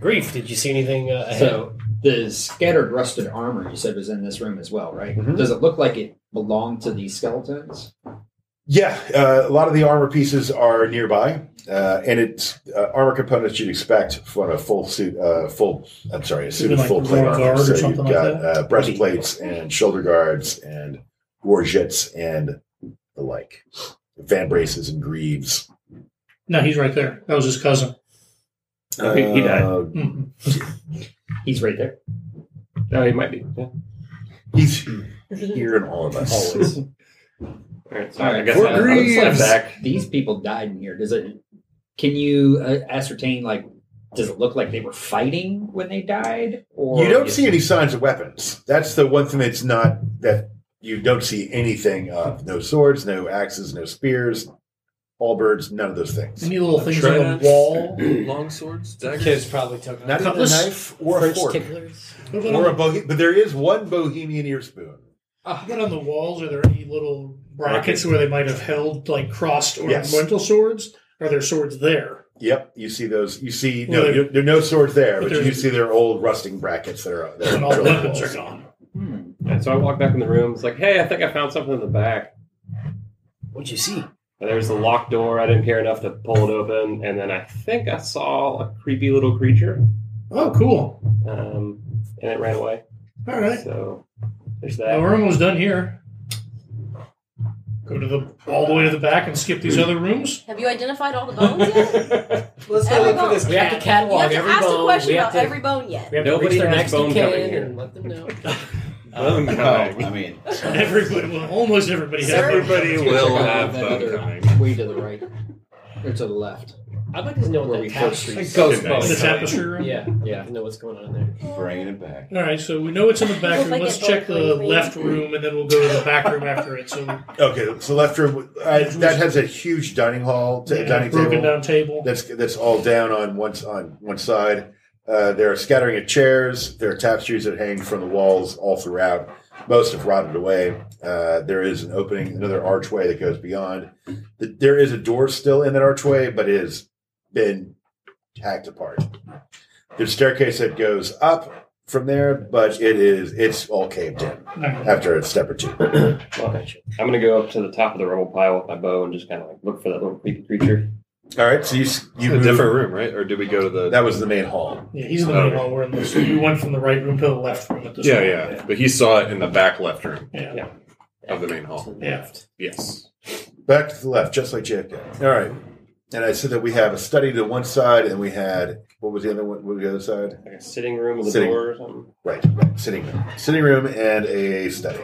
Grief, did you see anything uh, ahead?
So the scattered rusted armor you said was in this room as well, right?
Mm-hmm.
Mhm.
Does it look like it belonged to these skeletons?
Yeah, uh, a lot of the armor pieces are nearby, uh, and it's uh, armor components you'd expect from a full suit. Uh, full, I'm sorry, a suit of
like
full plate
royal
armor.
guard or
So you've
something like
got
that?
uh, breastplates and shoulder guards and gorgets and the like, van braces and greaves.
No, he's right there. That was his cousin.
Oh, he- he died.
Uh,
Mhm.
He's right there.
No, he might be. Yeah. All
he's here in all of us.
Always.
right. So I guess
We're
I, I would slide
Greaves.
back.
These people died in here. Does it? Can you uh, ascertain like? Does it look like they were fighting when they died? Or
You don't see any signs of weapons. That's the one thing that's not that you don't see anything of. No swords, no axes, no spears, halberds, none of those things.
Any little things on
Trident,
the wall?
long swords, daggers.
Kids probably took
Not even a
Cutlass?
knife or a
French
fork
ticklers?
What about
or a
on,
bohe- But there is one Bohemian ear spoon.
what about ah, on the walls? Are there any little brackets where they might have held like crossed
Yes.
ornamental swords? Are there swords there?
Yep, you see those. You see
Well,
no,
there-
you, there are no swords
but
there, but you do
there's-
see their old rusting brackets that are. That
And all the weapons are gone.
Hmm.
And so I walk back in the room. It's like, hey, I think I found something in the back.
What'd you see?
And There's a locked door. I didn't care enough to pull it open, and then I think I saw a creepy little creature,
Oh, cool.
um, and it ran away.
All right.
So there's
Well,
that.
we're almost done here. Go to the all the way to the back and skip these other rooms.
Have you identified all the bones yet?
Let's
go Every look for bone. this
We have to
you
catalog
have to
every
ask
bone.
a question
we have
about
to,
every bone yet.
We have to
Nobody
reach their
has
next
bone
of
coming
kin
here.
and let them know.
Bone
Well,
coming.
I mean,
Everybody, well, almost everybody has.
Sir?
Everybody will have uh,
that
bone
other
coming.
way to the right or to the left.
I'd like to know
Where
what
we
that
first
tapestry
reached.
Ghost
Good night.
The
bone.
tapestry room.
Yeah, yeah. I know what's going on there.
bringing it back.
All right, so we know it's in the back
Looks
room.
like
Let's
it's
check
going
the
crazy.
left room, and then we'll go to the back room after it. So
Okay, so left room I, that has a huge dining hall, t-
yeah,
dining
broken
table.
down table.
That's that's all down on one on one side. Uh, there are scattering of chairs. There are tapestries that hang from the walls all throughout. Most have rotted away. Uh, there is an opening, another archway that goes beyond. Th- There is a door still in that archway, but it has been hacked apart. There's a staircase that goes up from there, but it is it's all caved in
All right.
after a step or two.
Gotcha.
I'm gonna go up to the top of the rubble pile with my bow and just kind of like look for that little creepy creature.
All right, so you s- you
You a
move-
different room, right? Or did we go to the?
That was the main hall.
Yeah, he's in the middle
Okay.
while we're in this. We went from the right room to the left room at this
yeah,
point.
yeah. But he saw it in the back left room
yeah, yeah.
of the main hall.
yeah.
Yes.
Back to the left, just like JFK. All right. And I said that we have a study to one side, and we had what was the other one? What was the other side?
Like a sitting room with a
Sitting.
door or something.
Right, right. Sitting room, sitting room, and a study.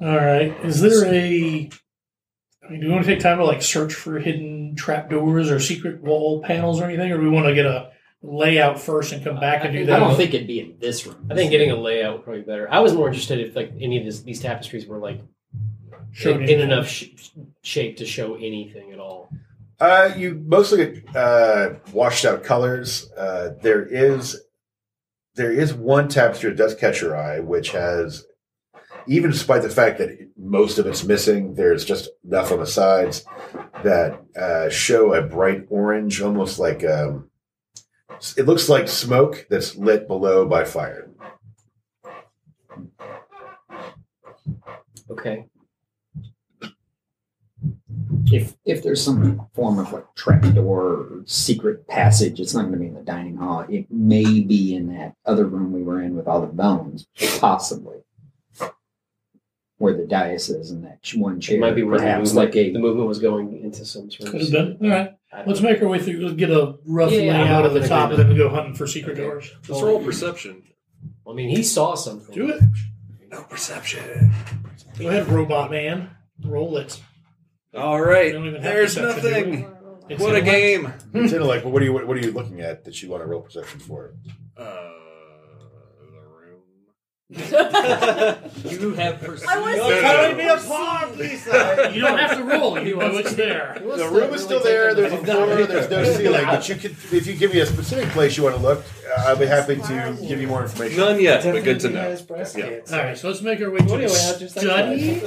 All right. Is there a? I mean, do we want to take time to like search for hidden trapdoors or secret wall panels or anything, or do we want to get a layout first and come back and do
I
that?
I don't think it'd be in this room.
I think getting a layout would probably be better. I was more interested if like any of this, these tapestries were like
Show
in,
it
in
in.
enough sh- shape to show anything at all.
Uh, you mostly get uh, washed out colors. Uh, there is there is one tapestry that does catch your eye, which has even despite the fact that most of it's missing, there's just enough on the sides that uh, show a bright orange, almost like um, it looks like smoke that's lit below by fire.
Okay.
if if there's some form of like trapdoor or secret passage, it's not going to be in the dining hall. It may be in that other room we were in with all the bones, possibly. where the dais is and that ch- one chair.
It might be where the
perhaps
movement-
like a
the movement was going into some sort
Could
of.
have been. All right.
I don't
Let's
know.
make our way through. Let's get a rough
Yeah, yeah, I'm
layout of the
gonna
top,
do
and then we go hunting for secret doors.
Let's roll perception.
I mean, he saw something.
Do it.
No perception.
Go ahead, robot man. Roll it.
All
We
right.
don't even have
There's
perception, do
nothing.
we? It's
What a
in line.
game.
It's intellect, but what are you what are you looking at that you want to roll perception for?
Uh, the room.
you have perceived.
I want to
No,
see. I
no, no. Cut me
wanna
up,
see-
You don't have to roll. You know it's there.
The room is still there. There's a floor. There's no ceiling. But you could, if you give me a specific place you want to look, uh, I'll be happy to give you more information.
None yet, but good to know. Yeah.
All right. So let's make our way to the study.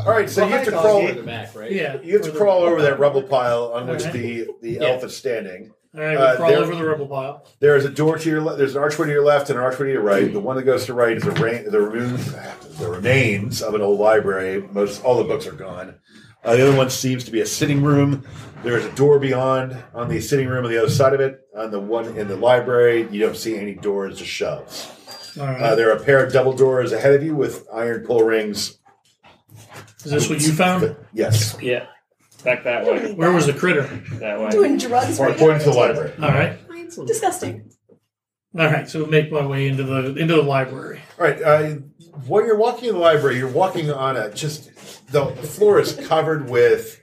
All right, so you have to crawl.
the back, right?
Yeah.
You have to crawl over that rubble pile on which
Alright.
the the
Yeah.
elf is standing.
All right. We
Uh,
crawl
there-
over the rubble pile.
There is a door to your left. There's an archway to your left and an archway to your right. The one that goes to right is the rain, the remains, the remains of an old library. Most all the books are gone. Uh, the other one seems to be a sitting room. There is a door beyond on the sitting room on the other side of it. On the one in the library, you don't see any doors, just shelves.
All right.
Uh, there are a pair of double doors ahead of you with iron pull rings.
Is this what you found?
Yes,
Yeah. Back that way.
Where was the critter?
That
I'm
way.
doing drugs
or
right
point to the
now.
library.
All right.
Disgusting.
All right. So make my way into the into the library.
All right. Uh, while you're walking in the library, you're walking on a just the, the floor is covered with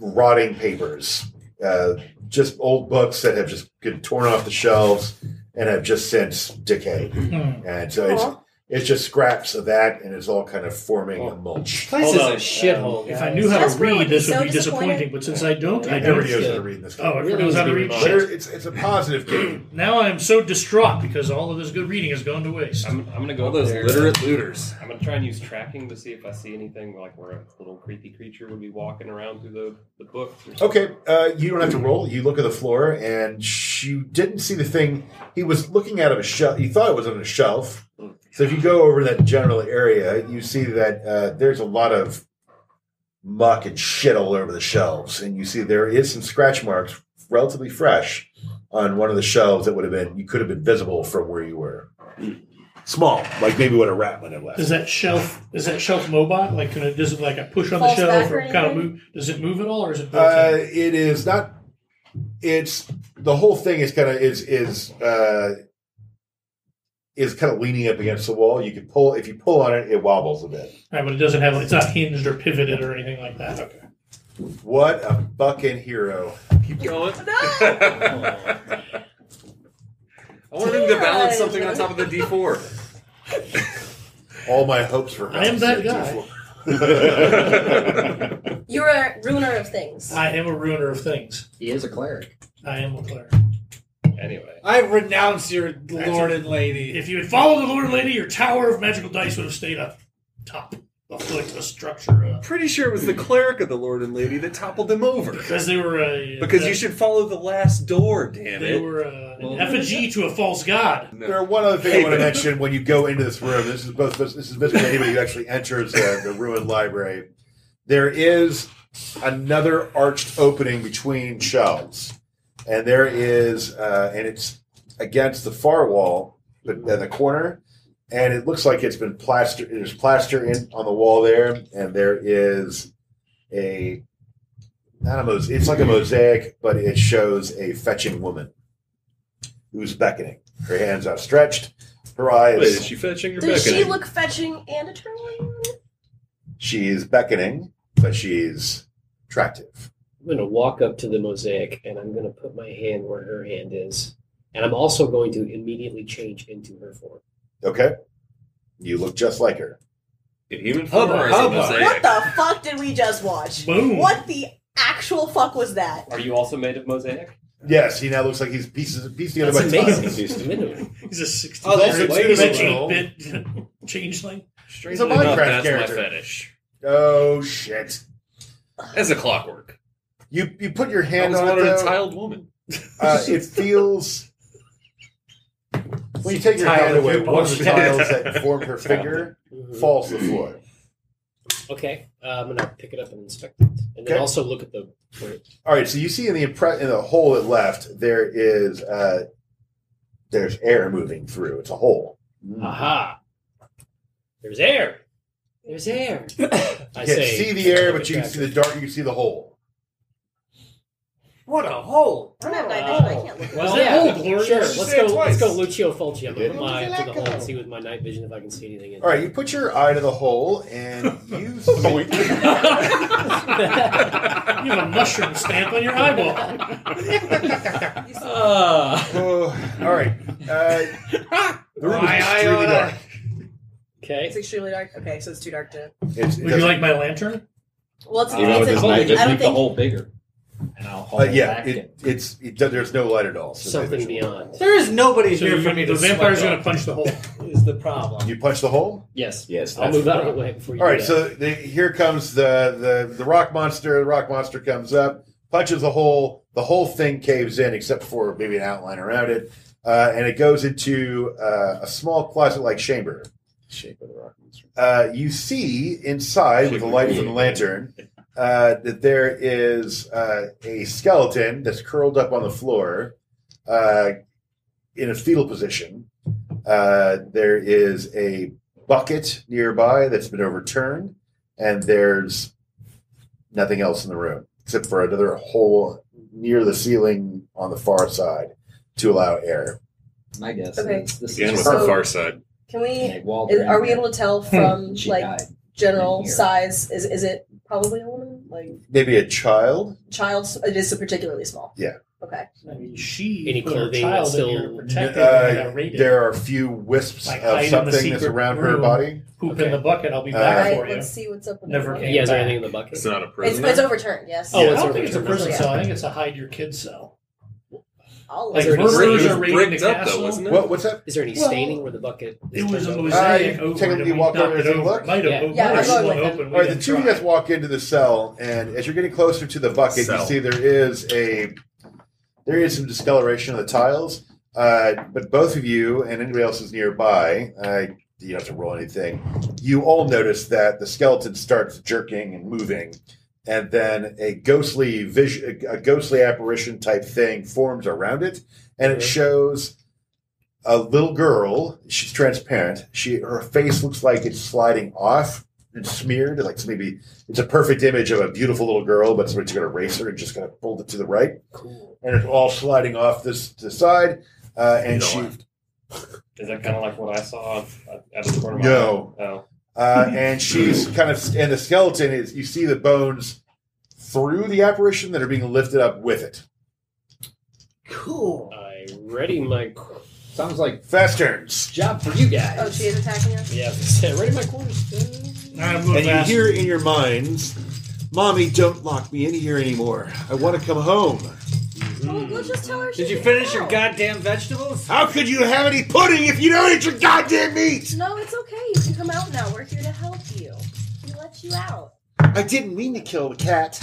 rotting papers, uh, just old books that have just been torn off the shelves and have just since decayed.
Hmm.
And so it's,
Aw.
it's just scraps of that, and it's all kind of forming a mulch.
Place
Hold
is
on.
a shithole.
If I knew how
That's
to
where I would
read,
be
this would
so
be disappointing.
disappointed.
But since I don't, I
Everybody
don't.
knows how
good.
to read in this.
Oh,
game.
I knows how to read.
But
Shit.
it's it's a positive game.
Now I am so distraught because all of this good reading has gone to waste.
Um, I'm, I'm gonna go
All
up
those
there.
literate looters.
I'm gonna try and use tracking to see if I see anything like where a little creepy creature would be walking around through the, the books. Or something.
Okay, uh, you don't have to roll. You look at the floor, and sh- you didn't see the thing. He was looking out of a shelf. You thought it was on a shelf. So if you go over that general area, you see that uh, there's a lot of muck and shit all over the shelves, and you see there is some scratch marks, relatively fresh, on one of the shelves that would have been you could have been visible from where you were. Small, like maybe what a rat would have left.
Is that shelf? Is that shelf mobile? Like, can it? Does it like I push on the
Falls
shelf
back
or
or
kind of
anything?
move? Does it move at all, or is it? built
Uh,
in?
it is not. It's the whole thing is kind of is is uh, is kind of leaning up against the wall. You can pull if you pull on it, it wobbles a bit.
All right, but it doesn't have. It's not hinged or pivoted or anything like that. Okay.
What a fucking hero!
Keep going.
No!
I wanted him to balance something on top of the D4.
All my hopes were.
I am that
guy.
You're a ruiner of things.
I am a ruiner of things.
He is a cleric.
I am a player.
Anyway,
I renounce your lord and lady.
If you had followed the Lord and Lady, your tower of magical dice would have stayed up top, afoot, a structure, uh,
Pretty sure it was the cleric of the Lord and Lady that toppled him over.
because they were a
Because
uh,
you should follow the last door, damn
They
it.
were uh, an
Well-
effigy to a false god.
There are one other thing I want to mention when you go into this room. This is both. This is visible to anybody who actually enters the, the ruined library. There is another arched opening between shelves, and there is, uh, and it's against the far wall, but at the corner, and it looks like it's been plastered. There's plaster in on the wall there, and there is a not a mosaic. It's like a mosaic, but it shows a fetching woman who's beckoning. Her hands outstretched, her eyes.
Wait, is she fetching or
Does she
beckoning?
look fetching and eternally?
She's beckoning, but she's attractive.
I'm going to walk up to the mosaic and I'm going to put my hand where her hand is. And I'm also going to immediately change into her form.
Okay? You look just like her.
In human form or as a
Hubba, hubba.
What
mosaic?
the fuck did we just watch?
Boom.
What the actual fuck was that?
are you also made of mosaic?
Yes, he now looks like he's pieces pieced together
That's
by time.
amazing. Mm-hmm.
He's
Minimum.
He's a sixteen.
Oh, that's
way below.
bit changeling.
Strangely
It's a
enough,
Minecraft
that's
character.
my fetish.
Oh shit!
As a clockwork.
You you put your
I
hand
was
on it.
wanted a
Though,
tiled woman.
uh, it feels. When you take your
Tile
hand
that
away,
you
one of the
posted.
tiles that formed her finger
Mhm.
falls to the floor.
Okay, uh, I'm going to pick it up and inspect it. And then
Okay.
also look at the. where it-
All right, so you see in the impre- in the hole that left, there is uh, there's air moving through. It's a hole.
Aha! There's air! There's air. I
You can't
say,
see the air, but you can see
attractive.
the dark. You can see the hole.
What a hole!
I don't have night vision. I can't look.
Well,
that
yeah,
old glory?
sure.
Just
Let's
say it
go. Let's
twice.
go, Lucio Fulci. I'm
You
gonna
did.
put my eye
Look
to
at
the
that
hole and
go.
see with my night vision if I can see anything. In
All right, you put your eye to the hole, and you see.
You have a mushroom stamp on your eyeball.
Uh,
Oh, all right. Uh, the room
Why,
is
I
extremely
oughta-
dark.
It's
okay.
extremely dark. Okay, so it's too dark to.
It's, it
Would you
doesn't-
like my lantern?
Well, it's,
Even with
it's
his
a,
night
Probably
I
vision?
just
don't
make the
think-
hole bigger, and I'll hold
uh, yeah,
back
it, it's it, does- there's no light at all. so night
Something
vision.
beyond.
There is nobody
So
here
you-
for me to
the vampire's
swipe
going to punch the hole.
up, Is the problem?
You punch the hole.
Yes.
Yes,
I'll
that's
move
the
out of the
problem.
way before you.
All right,
do
so
that.
the, here comes the, the the rock monster. The rock monster comes up, punches the hole. The whole thing caves in, except for maybe an outline around it, uh, and it goes into uh, a small closet-like chamber.
Shape of the rock monster.
Uh, you see inside with the light from the lantern uh, that there is uh, a skeleton that's curled up on the floor uh, in a fetal position. Uh, there is a bucket nearby that's been overturned, and there's nothing else in the room except for another hole near the ceiling on the far side to allow air.
My guess
Okay.
is this
Again
is
with
So-
the far side.
Can we?
a wall.
Is, are we able to tell from
She
like
died.
general
Here.
size? Is is it probably a woman? Like
Maybe a child.
child? It is particularly small.
Yeah.
Okay.
I mean, she
Any
put
clothing
her child
that's
in here to
still-
protect her. and
Uh,
got raided.
there are a few wisps
Like hide
of
in the
something that's
secret
around her
room.
body.
Poop
Okay.
in the bucket. I'll be
Uh,
All
back
right.
for you.
Let's see what's up. With
Never
the
came.
yeah, is there
back.
anything in the bucket?
It's not a
It's,
prisoner.
it's overturned. Yes.
Oh,
yeah,
it's
I don't
over
think it's a
there.
prison
Yeah.
cell. I think it's a hide your kid cell.
I'll
Like
there any
murderers
secret-
are
It was
raiding the
bricked up, though,
castle.
wasn't it?
What, what's that?
Is there any
Well,
staining where the bucket?
It
is
was
turned
a
over?
mosaic
Uh,
over
technically
it, and we
walk over
knocked it
and take a
over.
look?
It might have
Yeah.
opened.
Yeah, I'm
It's
going
still
with
open. We
All right, the
didn't
two of you
try.
guys walk into the cell, and as you're getting closer to the bucket, you
Cell.
see there is a there is some discoloration on the tiles. Uh, but both of you and anybody else who's nearby, uh, you don't have to roll anything. You all notice that the skeleton starts jerking and moving, and then a ghostly vision, a ghostly apparition type thing forms around it, and it shows a little girl. She's transparent. She her face looks like it's sliding off and smeared. Like it's maybe it's a perfect image of a beautiful little girl, but somebody's gonna erase her and just gonna fold it to the right. Cool. And it's all sliding off this to the side. Uh, and
To
she
the
Is that kind of like what I saw out of the corner of my
No.
eye? Oh.
uh, and she's kind of and the skeleton is you see the bones through the apparition that are being lifted up with it.
Cool.
I ready my. qu-
Sounds like
Fast turns.
job for you guys.
Oh, she is attacking us.
Yeah, I ready my quarters.
Alright, I'm going
And
fast.
you hear in your minds, Mommy, don't lock me in here anymore. I want to come home.
Well, let's just tell her. she
Did you
can
finish
go.
your goddamn vegetables?
How could you have any pudding if you don't eat your goddamn meat?
No, it's okay. You can come out now. We're here to help you. We let you out.
I didn't mean to kill the cat.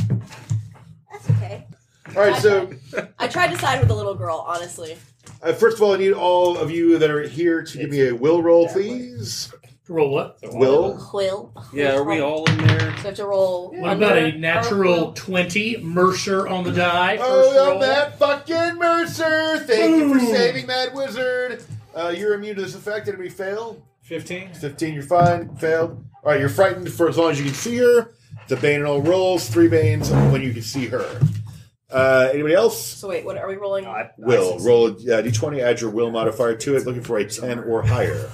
That's okay.
All right, so
I tried to side with the little girl, honestly.
uh, first of all, I need all of you that are here to give me a will roll, please.
Roll what?
So all
Will.
Oh.
of us-
Quill.
Yeah, are we all in there?
So I have to roll.
What about
under
a
our
natural
will.
20 Mercer on the die? First
Oh,
roll.
that fucking Mercer! Thank you for
Boom.
saving that wizard. Uh, you're immune to this effect. Did we fail?
Fifteen.
15, you're fine. Failed. All right, you're frightened for as long as you can see her. The bane and all rolls. Three banes when you can see her. Uh, anybody else?
So wait, what are we rolling?
Will. Roll a uh, d20, add your will modifier to it, looking for a 10 or higher.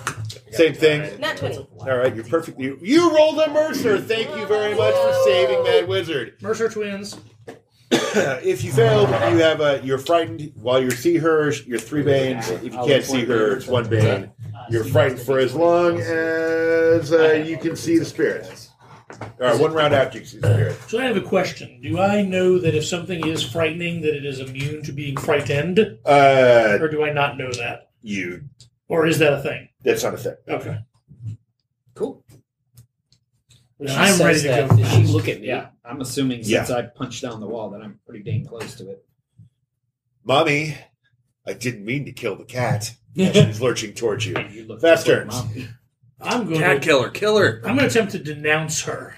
Same thing.
Not twenty.
All right, you're perfect. You, you rolled a Mercer. Thank you very much for saving Mad Wizard.
Mercer twins.
if you failed, you have a you're frightened while you see her. You're three banes. If you can't see her, it's one bane. You're frightened for as long as uh, you can see the spirit. All right, one round after you see the spirit.
So I have a question. Do I know that if something is frightening, that it is immune to being frightened?
Uh,
Or do I not know that?
you.
Or is that a thing?
That's not a thing.
Okay.
Cool. When she
I'm
says
ready to
that,
go
Does she
first.
look at me?
Yeah, I'm assuming since I punched down the wall that I'm pretty dang close to it.
Mommy, I didn't mean to kill the cat. And she's lurching towards you.
You look
Fast
just like
turns.
Mommy.
I'm going
Cat
to,
killer, killer.
I'm going to attempt to denounce her.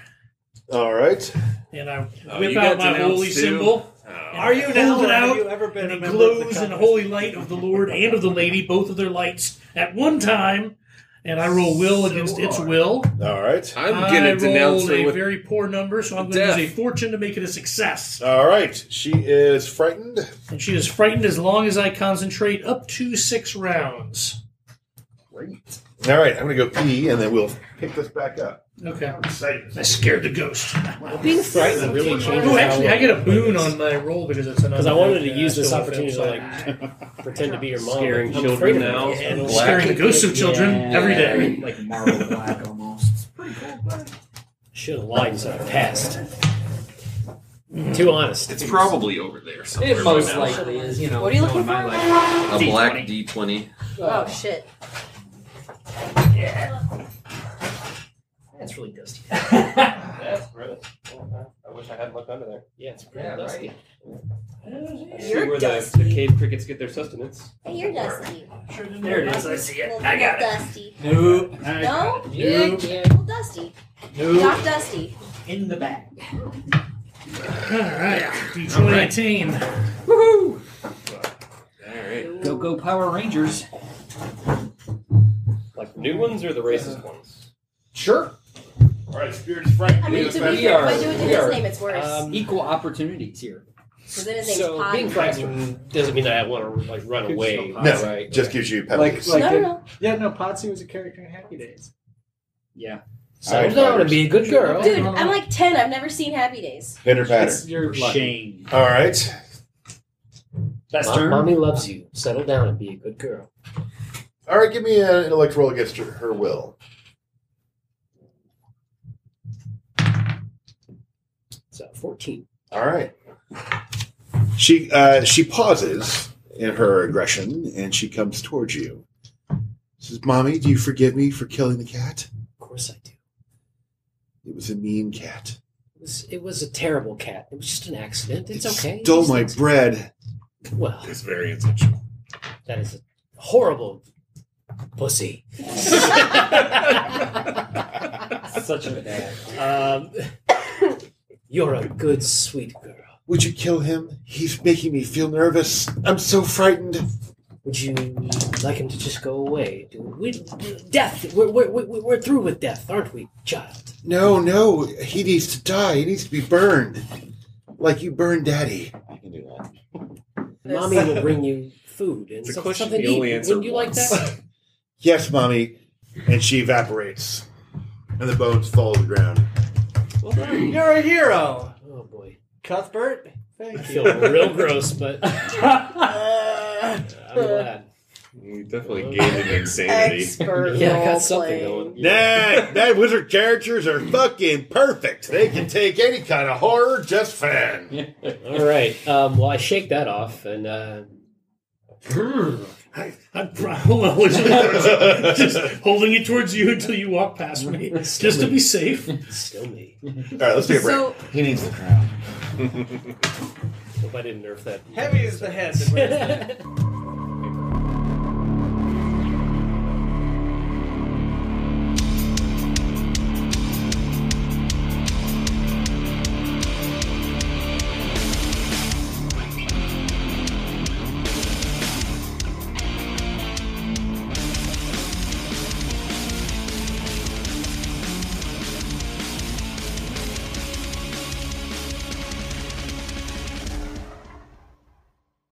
All right.
And I
Oh,
whip
you
out
got
my
denounced
holy
too?
symbol.
Oh.
Are you now?
Hold it
or have
out,
you ever been
And
a
it
member of the
glows in
Covenant?
holy light of the Lord and of the lady, both of their lights at one time. and I roll will against its will.
All right.
I'm
I
gonna denounce
rolled
her
a
with
very poor number, so I'm going
Death.
to use a fortune to make it a success.
All right. She is frightened.
And she is frightened as long as I concentrate up to six rounds.
All right. I'm gonna go pee, and then we'll pick this back up.
Okay. I scared the ghost.
Being
Frightened really changes
Oh, actually, I
how
get a boon on my roll because it's another.
Because I wanted to
yeah,
use this
still
opportunity to
fail.
like pretend to be your mom.
Scaring
I'm
children
afraid of
now.
her.
Yeah,
And
black.
scaring the ghosts of children every day.
Like marble black almost. It's pretty cool, but
Should have lied so fast. Too honest.
It's probably over there somewhere.
it most
right now.
likely is. You know,
What are you
knowing
looking
my
for?
life.
A
D20.
black D20.
Oh shit.
That's really dusty.
That's really. I wish I had luck under there.
Yeah, it's pretty
Yeah,
dusty.
right.
I see
You're
where the, the
dusty.
cave crickets get their sustenance.
You're dusty.
There it is. I see it.
Well,
I got it.
Dusty.
No,
No?
Yeah, yeah.
Well, dusty.
no.
Not dusty.
In the back.
All right, D2018.
Woohoo!
Alright.
Go go Power Rangers.
Like new ones or the racist ones?
Sure.
All right. Spirit is frightened.
I mean, to
Back
be
We
fair,
are-
if I do it to
we
his
are,
name, it's worse.
Um,
Equal opportunities here.
Because then his name's
so being
Potty.
frightened doesn't mean I want to like run
Good
away.
stuff.
No,
right?
Just gives you
Like,
penalties.
like
no,
the-
no, no.
yeah, no. Potsy was a character in Happy Days.
Yeah.
settle down and be a good girl.
Dude, I'm like 10. I've never seen Happy Days.
Pitter patter.
It's your luck.
Shame.
All right.
Best
Mom- Mommy loves you. Settle down and be a good girl.
All right. Give me an intellect roll against her, her will.
So 14.
All right. She uh, she pauses in her aggression and she comes towards you. Says, "Mommy, do you forgive me for killing the cat?
Of course I do.
It was a mean cat.
It was, it was a terrible cat. It was just an accident. It's
it
okay.
Stole
These
my
things-
bread.
Well,
It's very intentional.
that is a horrible pussy.
Such a bad.
Uh,
Um, you're a good, sweet girl.
Would you kill him? He's making me feel nervous. I'm so frightened.
Would you like him to just go away? Do we, death. We're, we're, we're, we're through with death, aren't we, child?
No, no, he needs to die. He needs to be burned, like you burned Daddy.
I can do that.
Mommy will bring you food and
It's a
some-
question
something to
you only
eat.
answer
Wouldn't you like
once.
that?
Yes, Mommy." And she evaporates, and the bones fall to the ground.
You're a hero,
Oh boy,
Cuthbert.
I
Thank you.
feel real gross, but I'm glad.
You definitely gained an insanity.
Expert
Yeah, I
role
got something
playing.
going.
Nah, that wizard characters are fucking perfect. They can take any kind of horror just fine.
All right. Um, well, I shake that off and uh,
I, I'm pro- always just holding it towards you until you walk past me, just to be safe.
still me.
All right, let's take a break.
So,
He needs the crown.
Hope I didn't nerf that.
Heavy is the head that wears the-